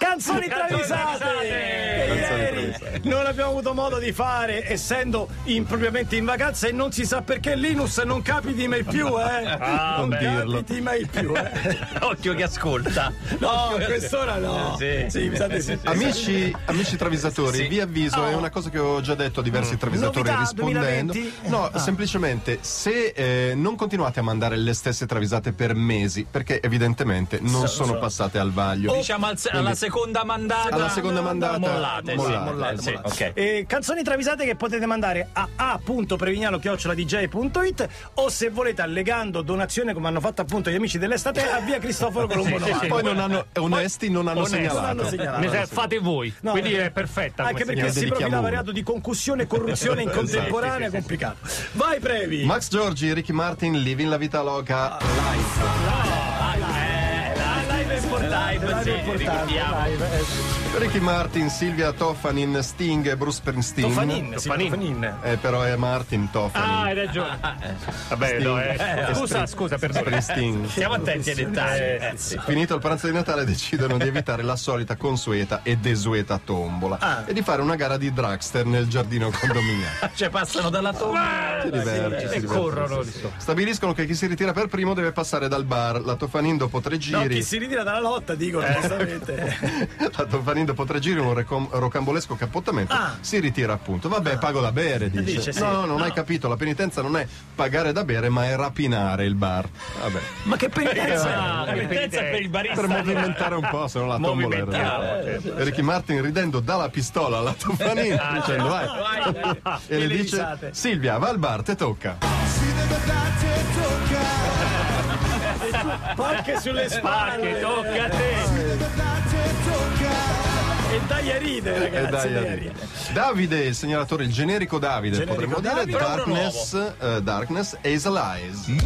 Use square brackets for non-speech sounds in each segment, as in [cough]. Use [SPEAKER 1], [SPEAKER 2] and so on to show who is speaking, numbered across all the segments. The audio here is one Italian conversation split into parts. [SPEAKER 1] Canzoni travisate! Che ieri non abbiamo avuto modo di fare, essendo impropriamente in vacanza e non si sa perché Linus non capiti mai più, eh!
[SPEAKER 2] Ah,
[SPEAKER 1] non
[SPEAKER 2] beh.
[SPEAKER 1] capiti mai più, eh!
[SPEAKER 2] [laughs] Occhio che [laughs] ascolta.
[SPEAKER 1] No, a quest'ora no!
[SPEAKER 2] Eh, sì.
[SPEAKER 1] mi sa di sì.
[SPEAKER 3] Amici, amici travisatori,
[SPEAKER 2] Sì.
[SPEAKER 3] vi avviso, è una cosa che ho già detto a diversi travisatori
[SPEAKER 1] Novità,
[SPEAKER 3] rispondendo.
[SPEAKER 1] 2020?
[SPEAKER 3] No, semplicemente se eh, non continuate a mandare le stesse travisate per mesi, perché evidentemente non sono passate al vaglio.
[SPEAKER 2] Diciamo al se- alla seconda mandata.
[SPEAKER 3] Alla seconda mandata,
[SPEAKER 2] Mollate,
[SPEAKER 3] mollate,
[SPEAKER 2] sì, mollate,
[SPEAKER 3] mollate.
[SPEAKER 2] sì, ok.
[SPEAKER 1] Eh, canzoni travisate che potete mandare a a.prevignano.dj.it o se volete allegando donazione come hanno fatto appunto gli amici dell'estate a via Cristoforo Colombo
[SPEAKER 4] Sì, sì, sì.
[SPEAKER 1] 90.
[SPEAKER 3] Poi non hanno, onesti non hanno
[SPEAKER 4] Onesto.
[SPEAKER 3] segnalato.
[SPEAKER 1] Non hanno segnalato.
[SPEAKER 4] Mi sa- fate voi,
[SPEAKER 1] No,
[SPEAKER 4] quindi
[SPEAKER 1] no.
[SPEAKER 4] è perfetta.
[SPEAKER 1] Anche
[SPEAKER 4] come
[SPEAKER 1] perché
[SPEAKER 3] segnale.
[SPEAKER 1] si
[SPEAKER 3] Dedichiamo
[SPEAKER 1] profilava
[SPEAKER 3] uno.
[SPEAKER 1] reato di concussione e corruzione in contemporanea complicato. Vai Previ!
[SPEAKER 3] Max Giorgi, Ricky Martin, Living la vita loca.
[SPEAKER 2] Live e for live,
[SPEAKER 1] Live è
[SPEAKER 2] sì,
[SPEAKER 1] importante,
[SPEAKER 2] ricordiamo.
[SPEAKER 1] live, eh,
[SPEAKER 3] Ricky Martin, Silvia Toffanin, Sting e Bruce Springsteen.
[SPEAKER 1] Tofanin, sì,
[SPEAKER 4] Tofanin.
[SPEAKER 1] Tofanin.
[SPEAKER 3] Eh, però è Martin
[SPEAKER 4] Ah,
[SPEAKER 3] Toffanin.
[SPEAKER 4] hai ragione. Vabbè, no, eh, scusa, scusa, perdona.
[SPEAKER 3] Springsteen.
[SPEAKER 2] Stiamo attenti ai dettagli. eh, sì.
[SPEAKER 3] Finito il pranzo di Natale decidono
[SPEAKER 1] [laughs]
[SPEAKER 3] di evitare la solita consueta e desueta tombola
[SPEAKER 1] Ah.
[SPEAKER 3] e di fare una gara di dragster nel giardino
[SPEAKER 1] [laughs]
[SPEAKER 3] condominiale.
[SPEAKER 2] Cioè passano dalla tomba.
[SPEAKER 3] Si diverte, si
[SPEAKER 4] E
[SPEAKER 3] diverte.
[SPEAKER 4] corrono. insomma.
[SPEAKER 3] Stabiliscono che chi si ritira per primo deve passare dal bar. La Tofanin dopo tre
[SPEAKER 1] No,
[SPEAKER 3] giri.
[SPEAKER 1] chi si ritira dalla lotta, dicono
[SPEAKER 3] Eh.
[SPEAKER 1] giustamente.
[SPEAKER 3] [laughs] La Tofanin dopo tre giri, un recom- rocambolesco cappottamento, si ritira appunto. Vabbè, pago da bere, dice.
[SPEAKER 1] Ah. Dice, sì.
[SPEAKER 3] No, no, non hai capito, la penitenza non è pagare da bere, ma è rapinare il bar. Vabbè,
[SPEAKER 1] Ma Eh, che penitenza!
[SPEAKER 4] Ah,
[SPEAKER 2] La
[SPEAKER 4] che
[SPEAKER 2] penitenza
[SPEAKER 4] penitenza.
[SPEAKER 2] per il barista.
[SPEAKER 3] per movimentare un po', se no la tombola
[SPEAKER 4] Movimentare,
[SPEAKER 3] era.
[SPEAKER 1] certo.
[SPEAKER 3] Ricky Martin ridendo dà la pistola alla Tofanin
[SPEAKER 1] [laughs] Ah,
[SPEAKER 3] dicendo vai.
[SPEAKER 1] certo.
[SPEAKER 2] Vai, vai.
[SPEAKER 3] [laughs] E le
[SPEAKER 1] le
[SPEAKER 3] dice
[SPEAKER 1] risate.
[SPEAKER 3] Silvia, va al bar, te tocca.
[SPEAKER 1] Pacche sulle spalle!
[SPEAKER 4] Parche, tocca a te.
[SPEAKER 1] E dai a ridere,
[SPEAKER 3] E
[SPEAKER 1] ragazzi!
[SPEAKER 3] dai,
[SPEAKER 1] dai a
[SPEAKER 3] addio.
[SPEAKER 1] ridere.
[SPEAKER 3] Davide, il segnalatore, il generico Davide,
[SPEAKER 1] Generico
[SPEAKER 3] potremmo
[SPEAKER 1] Davide,
[SPEAKER 3] dire
[SPEAKER 1] però uno
[SPEAKER 3] Darkness, eh, Darkness Hazel Eyes.
[SPEAKER 1] Mm.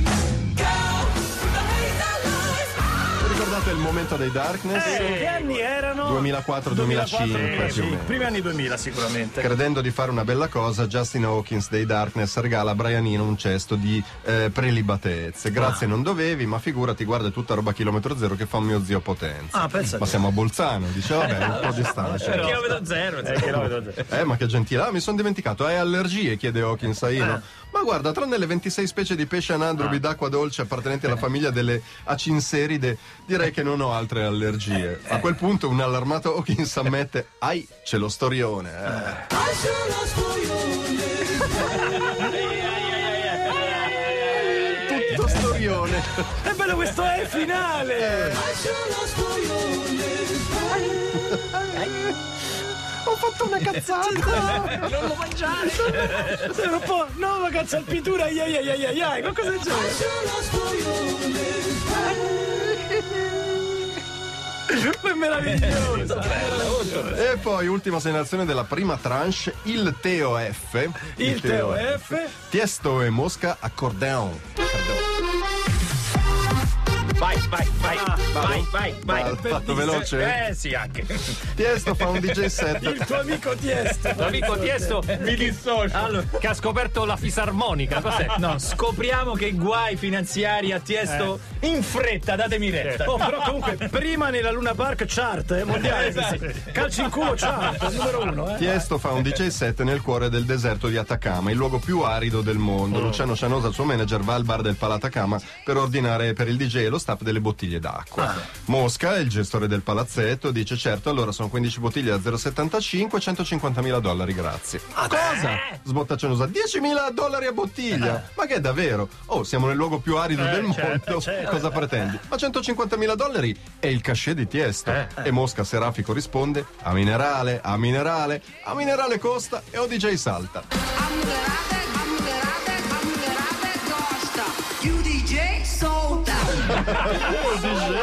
[SPEAKER 3] Vi Ricordate il momento dei Darkness?
[SPEAKER 1] Eh, Che anni erano?
[SPEAKER 3] 2004, 2005, più o meno.
[SPEAKER 1] primi anni 2000 sicuramente.
[SPEAKER 3] Credendo di fare una bella cosa, Justin Hawkins dei Darkness regala a Brianino un cesto di eh,
[SPEAKER 1] Ah.
[SPEAKER 3] prelibatezze. Grazie, non dovevi, ma figurati, guarda è tutta roba a chilometro zero che fa mio zio Potenza.
[SPEAKER 1] Ah, pensa
[SPEAKER 3] ma
[SPEAKER 1] te.
[SPEAKER 3] siamo a Bolzano, dice, vabbè, un po' distante.
[SPEAKER 2] Chilometro zero. insomma.
[SPEAKER 3] Eh, ma che gentile. Ah, mi sono dimenticato. Hai allergie? chiede Hawkins a
[SPEAKER 1] Eh.
[SPEAKER 3] Ino. Ma guarda, tranne le 26 specie di pesce
[SPEAKER 1] Ah.
[SPEAKER 3] anandrobi d'acqua dolce appartenenti
[SPEAKER 1] Eh.
[SPEAKER 3] alla famiglia delle acinseride, direi che non ho altre allergie.
[SPEAKER 1] Eh.
[SPEAKER 3] A quel punto un allarmato Hawkins ammette, ai, c'è lo storione. eh." Tutto storione.
[SPEAKER 1] È bello questo è il finale!
[SPEAKER 3] Ho fatto una cazzata.
[SPEAKER 2] Non lo mangiare.
[SPEAKER 1] Sembra un po'. No, ma cazzo, alpitura, ai ai ai ai ai ai, qualcosa del genere. È meraviglioso!
[SPEAKER 3] E poi ultima segnalazione della prima tranche, il TOF.
[SPEAKER 1] Il TOF.
[SPEAKER 3] Tiesto e Mosca accordeon.
[SPEAKER 2] Vai, vai, Ah, vai. Vai, vai, vai.
[SPEAKER 3] Vado, fatto veloce?
[SPEAKER 2] Eh sì, anche. [laughs]
[SPEAKER 3] Tiesto fa un DJ
[SPEAKER 1] Il
[SPEAKER 3] set.
[SPEAKER 1] tuo amico Tiesto.
[SPEAKER 4] L'amico Tiesto mi dissocio.
[SPEAKER 2] Allora.
[SPEAKER 4] Che ha scoperto la fisarmonica. Cos'è?
[SPEAKER 2] [laughs]
[SPEAKER 4] No,
[SPEAKER 2] Scopriamo che guai finanziari a Tiesto in fretta, datemi retta.
[SPEAKER 1] Oh, però comunque, Eh. [laughs] prima nella Luna Park chart eh, mondiale, calci in culo chart, numero uno. Eh.
[SPEAKER 3] Tiesto fa un DJ set nel cuore del deserto di Atacama, il luogo più arido del mondo. Luciano Cianosa, il suo manager, va al bar del Palatacama per ordinare per il DJ e lo staff delle bottiglie d'acqua. Mosca, il gestore del palazzetto, dice certo, allora sono 15 bottiglie a 0,75, 150.000 dollari, grazie.
[SPEAKER 1] Ah,
[SPEAKER 3] Cosa? Sbotta Cianosa, 10.000 dollari a bottiglia!
[SPEAKER 1] Eh.
[SPEAKER 3] Ma che è davvero? Oh, siamo nel luogo più arido del
[SPEAKER 1] certo,
[SPEAKER 3] mondo, cosa pretendi? Ma 150.000 dollari è il cachet di Tiesto.
[SPEAKER 1] Eh.
[SPEAKER 3] E Mosca Serafico risponde, a minerale, a minerale, a minerale costa e o DJ salta.
[SPEAKER 5] You DJ solta. A mulherada,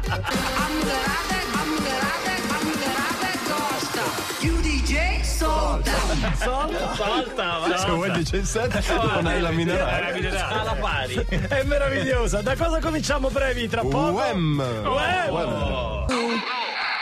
[SPEAKER 5] a mulherada, a mulherada gosta. You DJ solta.
[SPEAKER 2] [laughs] Salta,
[SPEAKER 3] Se vuoi DJ
[SPEAKER 1] [laughs]
[SPEAKER 3] set, non hai la minerale.
[SPEAKER 2] Alla pari.
[SPEAKER 1] È meravigliosa. Da cosa cominciamo, brevi? Tra poco?
[SPEAKER 3] UM!
[SPEAKER 1] Uem.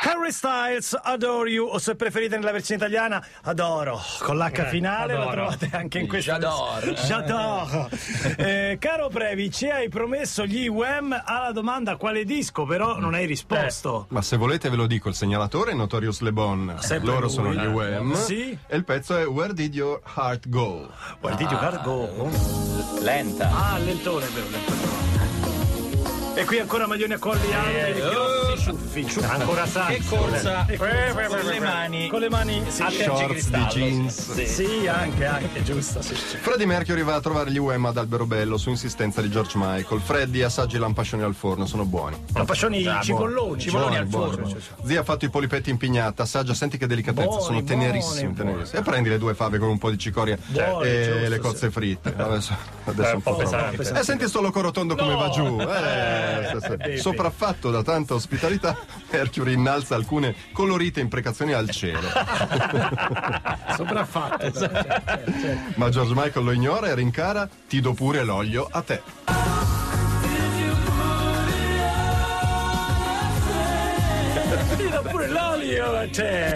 [SPEAKER 1] Harry Styles, Adore You, o se preferite nella versione italiana, Adoro, con l'H finale, la
[SPEAKER 4] adoro.
[SPEAKER 1] trovate anche in questa
[SPEAKER 2] J'adore.
[SPEAKER 1] versione. J'adore. Eh, caro Previ, ci hai promesso gli UM alla domanda quale disco, però non hai risposto.
[SPEAKER 3] Ma se volete ve lo dico, il segnalatore è Notorious Le Bon.
[SPEAKER 1] Sempre
[SPEAKER 3] Loro
[SPEAKER 1] lui.
[SPEAKER 3] sono gli UM.
[SPEAKER 1] Sì.
[SPEAKER 3] E il pezzo è Where Did Your Heart Go?
[SPEAKER 1] Guardi, you cargo.
[SPEAKER 2] Lenta.
[SPEAKER 1] Ah, lentone, vero, lentone. E qui ancora maglioni a colli alti, grossi ciuffi, ciuffi.
[SPEAKER 4] Ancora sangue.
[SPEAKER 2] Che corsa
[SPEAKER 1] Eh, eh,
[SPEAKER 2] con le mani.
[SPEAKER 1] Con le mani, sì.
[SPEAKER 2] a
[SPEAKER 3] Shorts di jeans.
[SPEAKER 1] Sì, anche, anche, giusto, sì.
[SPEAKER 3] Freddie Mercury va a trovare gli UM ad Alberobello su insistenza di George Michael. Freddy assaggi i lampascioni al forno, sono buoni.
[SPEAKER 1] Lampascioni cipolloni.
[SPEAKER 2] Cipolloni al
[SPEAKER 3] buoni,
[SPEAKER 2] forno.
[SPEAKER 3] buoni. cioè, Zia ha fatto i polipetti in pignata, assaggia, senti che delicatezza,
[SPEAKER 1] Buoni,
[SPEAKER 3] sono tenerissimi,
[SPEAKER 1] buoni,
[SPEAKER 3] tenerissimi. E prendi le due fave con un po' di cicoria
[SPEAKER 1] Buoni,
[SPEAKER 3] e
[SPEAKER 1] giusto,
[SPEAKER 3] le
[SPEAKER 1] sì.
[SPEAKER 3] cozze fritte. Adesso, adesso
[SPEAKER 4] Eh,
[SPEAKER 3] un po'
[SPEAKER 4] un po' pesante.
[SPEAKER 3] troppo. E senti sto loco rotondo come va giù. Eh, sì, sì.
[SPEAKER 1] Bevi.
[SPEAKER 3] Sopraffatto da tanta ospitalità, Mercury innalza alcune colorite imprecazioni al cielo.
[SPEAKER 1] [laughs]
[SPEAKER 3] Esatto.
[SPEAKER 1] Sopraffatto. certo,
[SPEAKER 3] Ma George Michael lo ignora e rincara, ti do pure l'olio a te.
[SPEAKER 1] Tira pure cioè. l'olio, c'è.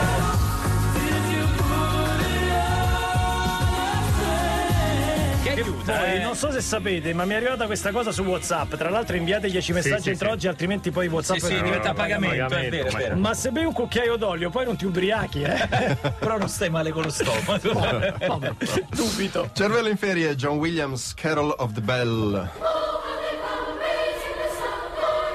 [SPEAKER 2] Che
[SPEAKER 1] Poi,
[SPEAKER 2] aiuta,
[SPEAKER 1] non
[SPEAKER 2] eh.
[SPEAKER 1] so se sapete, ma mi è arrivata questa cosa su WhatsApp. Tra l'altro, inviategli messaggi
[SPEAKER 4] sì,
[SPEAKER 1] entro
[SPEAKER 4] sì.
[SPEAKER 1] oggi, altrimenti poi WhatsApp
[SPEAKER 2] Sì, sì, diventa a pagamento, è vero, è vero.
[SPEAKER 1] Ma se bevi un cucchiaio d'olio, poi non ti ubriachi, eh?
[SPEAKER 2] Però non stai male con lo stomaco. [laughs]
[SPEAKER 1] Dubito.
[SPEAKER 3] Cervello in ferie, John Williams, Carol of the Bell.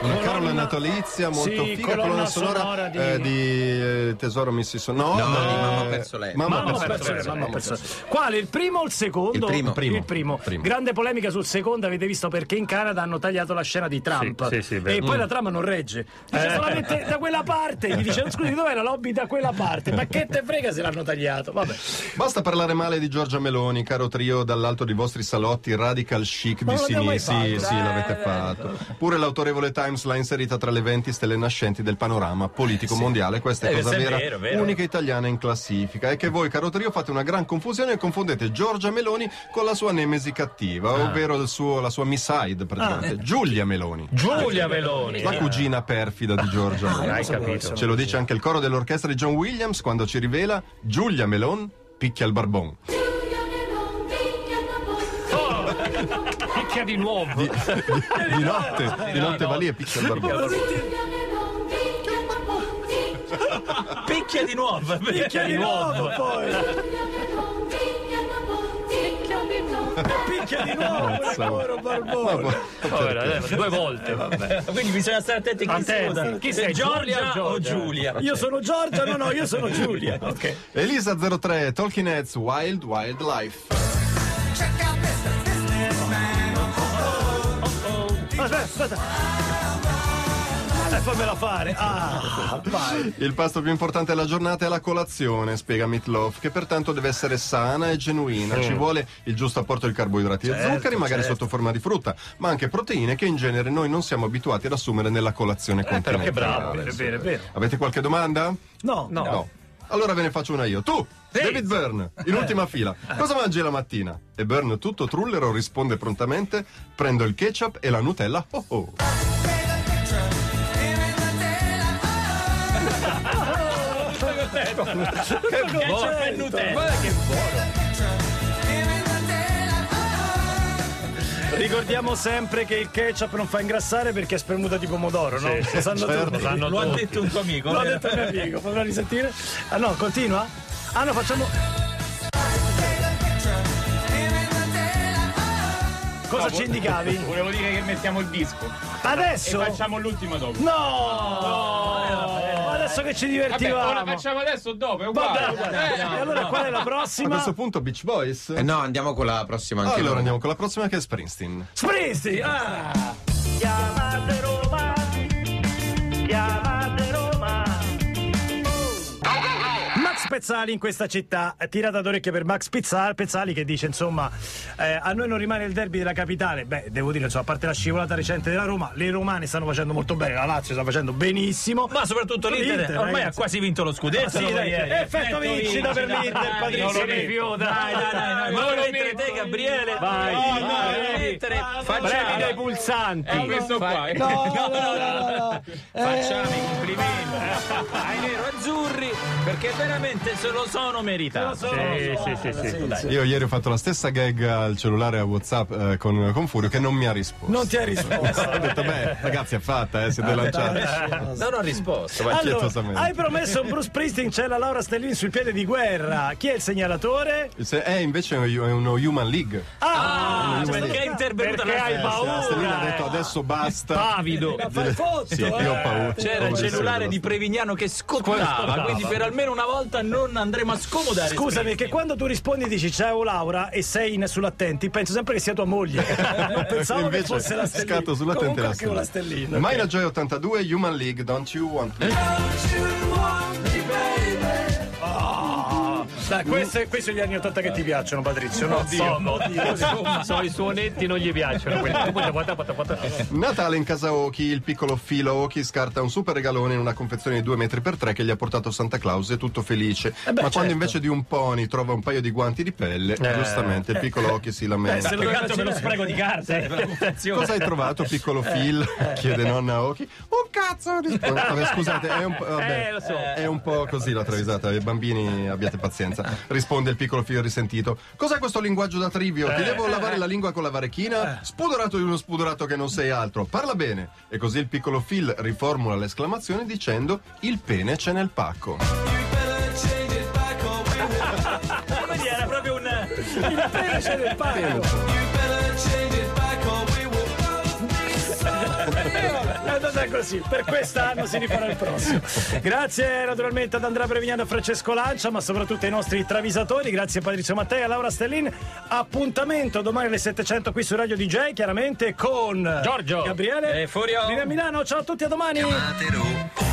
[SPEAKER 3] Una
[SPEAKER 1] Colonna-
[SPEAKER 3] carola natalizia molto
[SPEAKER 1] Sì,
[SPEAKER 3] figa,
[SPEAKER 1] colonna
[SPEAKER 3] colonna sonora,
[SPEAKER 1] sonora di-
[SPEAKER 3] eh, di, eh, Tesoro Missy No,
[SPEAKER 6] No,
[SPEAKER 3] eh,
[SPEAKER 6] di Mamma ho perso lei.
[SPEAKER 3] Mamma
[SPEAKER 1] Mamma
[SPEAKER 3] ho
[SPEAKER 1] ho
[SPEAKER 3] perso
[SPEAKER 1] perso,
[SPEAKER 3] lei.
[SPEAKER 1] mamma ho perso. Quale, il primo o il secondo?
[SPEAKER 6] Il primo.
[SPEAKER 3] Primo.
[SPEAKER 1] primo.
[SPEAKER 3] Primo.
[SPEAKER 1] Grande polemica sul secondo, avete visto perché in Canada hanno tagliato la scena di Trump.
[SPEAKER 4] Sì, sì, sì,
[SPEAKER 1] e
[SPEAKER 4] vero.
[SPEAKER 1] poi la trama non regge. Dice solamente da quella parte. Gli dice, scusi, dov'è la lobby da quella parte? Ma che te frega se l'hanno tagliato? Vabbè.
[SPEAKER 3] Basta parlare male di Giorgia Meloni, caro trio dall'alto dei vostri salotti radical chic
[SPEAKER 1] Ma
[SPEAKER 3] di
[SPEAKER 1] non l'abbiamo mai
[SPEAKER 3] sinistra. Sì,
[SPEAKER 1] fatto.
[SPEAKER 3] sì,
[SPEAKER 1] Eh,
[SPEAKER 3] l'avete fatto. Pure l'autorevole Times l'ha inserita tra le 20 stelle nascenti del panorama politico mondiale. Questa è
[SPEAKER 2] Eh,
[SPEAKER 3] cosa
[SPEAKER 2] questo è
[SPEAKER 3] vera,
[SPEAKER 2] vero, vero.
[SPEAKER 3] unica italiana in classifica. È che voi, caro trio, fate una gran confusione e confondete Giorgia Meloni con la sua nemesi cattiva, ovvero il suo- la sua misside praticamente. Giulia Meloni.
[SPEAKER 4] Giulia Meloni.
[SPEAKER 3] La cugina perfida di Giorgia Meloni.
[SPEAKER 4] Hai capito.
[SPEAKER 3] Ce lo dice anche il coro dell'orchestra di John Williams quando ci rivela Giulia Melon picchia il barbon.
[SPEAKER 4] Picchia di nuovo.
[SPEAKER 3] Di, di- di notte, di notte va lì e picchia il barbon.
[SPEAKER 2] Picchia di nuovo.
[SPEAKER 1] Picchia di nuovo poi. Picchia di nuovo, povero Barbone.
[SPEAKER 4] Povera, eh, due volte.
[SPEAKER 1] [laughs]
[SPEAKER 2] Quindi bisogna stare attenti a chi
[SPEAKER 4] Attenta.
[SPEAKER 2] sono.
[SPEAKER 4] Chi
[SPEAKER 2] Se
[SPEAKER 4] sei,
[SPEAKER 2] Giorgia,
[SPEAKER 4] Giorgia o
[SPEAKER 2] o Giulia?
[SPEAKER 1] Io sono Giorgia, no, no, io sono [laughs] Giulia. Ok.
[SPEAKER 3] Elisa 03, Talking Heads, Wild Wild Life.
[SPEAKER 1] Aspetta, aspetta. Eh, fammela fare.
[SPEAKER 3] [laughs]
[SPEAKER 1] Ah, vai.
[SPEAKER 3] Il pasto più importante della giornata è la colazione, spiega Meatloaf, che pertanto deve essere sana e genuina. Ci vuole il giusto apporto di carboidrati
[SPEAKER 1] Certo,
[SPEAKER 3] e zuccheri, magari sotto forma di frutta, ma anche proteine che in genere noi non siamo abituati ad assumere nella
[SPEAKER 1] Eh,
[SPEAKER 3] colazione continentale.
[SPEAKER 4] che bravo,
[SPEAKER 1] È vero, è vero.
[SPEAKER 3] Avete qualche domanda?
[SPEAKER 1] No, no.
[SPEAKER 3] No. Allora ve ne faccio una io. Tu, David Byrne, in ultima fila, cosa mangi la mattina? E Byrne, tutto trullero, risponde prontamente: Prendo il ketchup e la Nutella. Oh oh.
[SPEAKER 1] Che c'è? Ricordiamo sempre che il ketchup non fa ingrassare perché è spermuta di pomodoro, no?
[SPEAKER 4] Sì, sì,
[SPEAKER 1] Lo sanno
[SPEAKER 4] certo.
[SPEAKER 1] tutti.
[SPEAKER 4] Sanno
[SPEAKER 2] Lo ha
[SPEAKER 4] tutti.
[SPEAKER 2] detto un tuo amico. eh?
[SPEAKER 1] L'ho
[SPEAKER 2] vero?
[SPEAKER 1] detto a mio amico, potrà risentire? Ah no, continua? Ah no, facciamo... Cosa ci
[SPEAKER 2] [laughs]
[SPEAKER 1] indicavi?
[SPEAKER 7] [laughs] Volevo dire che mettiamo il disco
[SPEAKER 1] Adesso?
[SPEAKER 7] e facciamo l'ultima dopo.
[SPEAKER 1] No! Eh, Ma Adesso che ci
[SPEAKER 7] Vabbè,
[SPEAKER 1] divertivamo!
[SPEAKER 7] o la facciamo adesso o dopo, è uguale.
[SPEAKER 1] Vabbè,
[SPEAKER 7] Eh,
[SPEAKER 1] e allora qual è la
[SPEAKER 3] A
[SPEAKER 1] prossima?
[SPEAKER 3] questo punto, Beach Boys?
[SPEAKER 6] Eh no, andiamo con la prossima anche
[SPEAKER 3] Allora
[SPEAKER 6] noi.
[SPEAKER 3] andiamo con la prossima che è Springsteen.
[SPEAKER 1] Springsteen! Ah! Max Pezzali in questa città, eh, tirata d'orecchie per Max Pizza- Pezzali che dice insomma eh, a noi non rimane il derby della capitale, beh devo dire insomma a parte la scivolata recente della Roma, le romane stanno facendo molto bene, la Lazio sta facendo benissimo.
[SPEAKER 2] Ma soprattutto l'Inter,
[SPEAKER 1] L'Inter,
[SPEAKER 2] ormai
[SPEAKER 1] ragazzi. Ah,
[SPEAKER 2] ha quasi vinto lo scudetto.
[SPEAKER 1] sì,
[SPEAKER 2] dopo
[SPEAKER 1] dai,
[SPEAKER 2] ieri.
[SPEAKER 1] effetto vincita per
[SPEAKER 2] dai,
[SPEAKER 1] l'Inter,
[SPEAKER 2] dai,
[SPEAKER 1] Patrizio.
[SPEAKER 2] non lo
[SPEAKER 1] Sì.
[SPEAKER 2] rifiuta. Dai, dai, dai, non lo mettere te,
[SPEAKER 7] Ah,
[SPEAKER 2] Gabriele.
[SPEAKER 4] Vai,
[SPEAKER 2] No,
[SPEAKER 4] vai,
[SPEAKER 2] no,
[SPEAKER 4] vai.
[SPEAKER 2] mettere. Eh,
[SPEAKER 4] Premi dei
[SPEAKER 2] Facciamo.
[SPEAKER 7] eh,
[SPEAKER 4] pulsanti.
[SPEAKER 7] questo qua.
[SPEAKER 2] Facciamo i complimenti. perché veramente se lo sono meritato.
[SPEAKER 1] Se lo sono,
[SPEAKER 2] Sì,
[SPEAKER 1] lo
[SPEAKER 2] sì, sì, sì, dai.
[SPEAKER 3] Io ieri ho fatto la stessa gag al cellulare a WhatsApp eh, con, con Furio che non mi ha risposto.
[SPEAKER 1] Non ti hai risposto. Ah,
[SPEAKER 3] ho detto, beh, ragazzi, è fatta, eh, siete lanciati. Cioè,
[SPEAKER 2] Non ho risposto.
[SPEAKER 3] Vai
[SPEAKER 1] Allora,
[SPEAKER 3] pietosamente.
[SPEAKER 1] hai promesso un Bruce Springsteen, c'è la Laura Stellini sul piede di guerra. Chi è il segnalatore?
[SPEAKER 3] Se- eh, invece è uno Human League.
[SPEAKER 1] Ah, questo
[SPEAKER 2] Perché è
[SPEAKER 1] sta-
[SPEAKER 2] intervenuta
[SPEAKER 4] Perché
[SPEAKER 2] la
[SPEAKER 4] hai
[SPEAKER 3] Eh,
[SPEAKER 2] stessa?
[SPEAKER 4] paura,
[SPEAKER 3] Stellina ha
[SPEAKER 4] eh.
[SPEAKER 3] detto adesso basta.
[SPEAKER 4] Pavido.
[SPEAKER 1] Fai foto,
[SPEAKER 3] Sì, io
[SPEAKER 1] eh.
[SPEAKER 3] ho paura.
[SPEAKER 2] C'era il
[SPEAKER 3] Oggi
[SPEAKER 2] cellulare
[SPEAKER 3] sono
[SPEAKER 2] di Prevignano che scottava, quindi per almeno una volta non andremo a scomodare.
[SPEAKER 1] Scusami, che quando tu rispondi dici ciao Laura e sei in sull'attenti, penso sempre che sia tua moglie. Non pensavo che
[SPEAKER 3] Invece
[SPEAKER 1] fosse la Stellina.
[SPEAKER 3] scatto sulla tente
[SPEAKER 1] Comunque
[SPEAKER 3] la
[SPEAKER 1] anche una
[SPEAKER 3] stellina.
[SPEAKER 1] stellina. Eh.
[SPEAKER 3] Mina Joy 82, Human League, Don't You Want Me.
[SPEAKER 1] Dai, questo- questi sono gli anni 80 che ti piacciono, Patrizio. No,
[SPEAKER 4] Sono, so, i suonetti non gli piacciono.
[SPEAKER 1] [laughs]
[SPEAKER 4] quelli.
[SPEAKER 3] Natale in casa Oki, il piccolo filo Oki scarta un super regalone in una confezione di 2 metri per 3 che gli ha portato Santa Claus e tutto felice.
[SPEAKER 1] Eh
[SPEAKER 3] Ma
[SPEAKER 1] certo.
[SPEAKER 3] quando invece di un pony trova un paio di guanti di pelle, giustamente il piccolo Oki si lamenta.
[SPEAKER 1] Eh. se lo doveva
[SPEAKER 2] per lo spreco di carte, per la votazione.
[SPEAKER 3] Cosa hai trovato, piccolo
[SPEAKER 4] Eh.
[SPEAKER 3] Phil? chiede nonna Oki. Un cazzo!
[SPEAKER 4] [laughs]
[SPEAKER 3] risponde- Vabbè, scusate, è un, po', vabbè,
[SPEAKER 4] Eh, lo so.
[SPEAKER 3] è un po' così la travisata. I bambini abbiate pazienza. Risponde il piccolo Phil risentito. Cos'è questo linguaggio da trivio?
[SPEAKER 4] Eh.
[SPEAKER 3] Ti devo lavare la lingua con la varechina? Spudorato di uno spudorato che non sei altro. Parla bene. E così il piccolo Phil riformula l'esclamazione dicendo: Il pene c'è nel pacco.
[SPEAKER 2] Quindi era proprio un.
[SPEAKER 1] c'è del pacco. È andata così, per quest'anno si rifarà il prossimo. Grazie naturalmente ad Andrea Prevignano e Francesco Lancia, ma soprattutto ai nostri travisatori. Grazie a Patrizio Mattei, a Laura Stellin. Appuntamento domani alle 700 qui su Radio DJ, chiaramente con
[SPEAKER 4] Giorgio.
[SPEAKER 1] Gabriele
[SPEAKER 2] E Furio.
[SPEAKER 1] Linea Milano. Ciao a tutti, a domani.
[SPEAKER 6] Matero.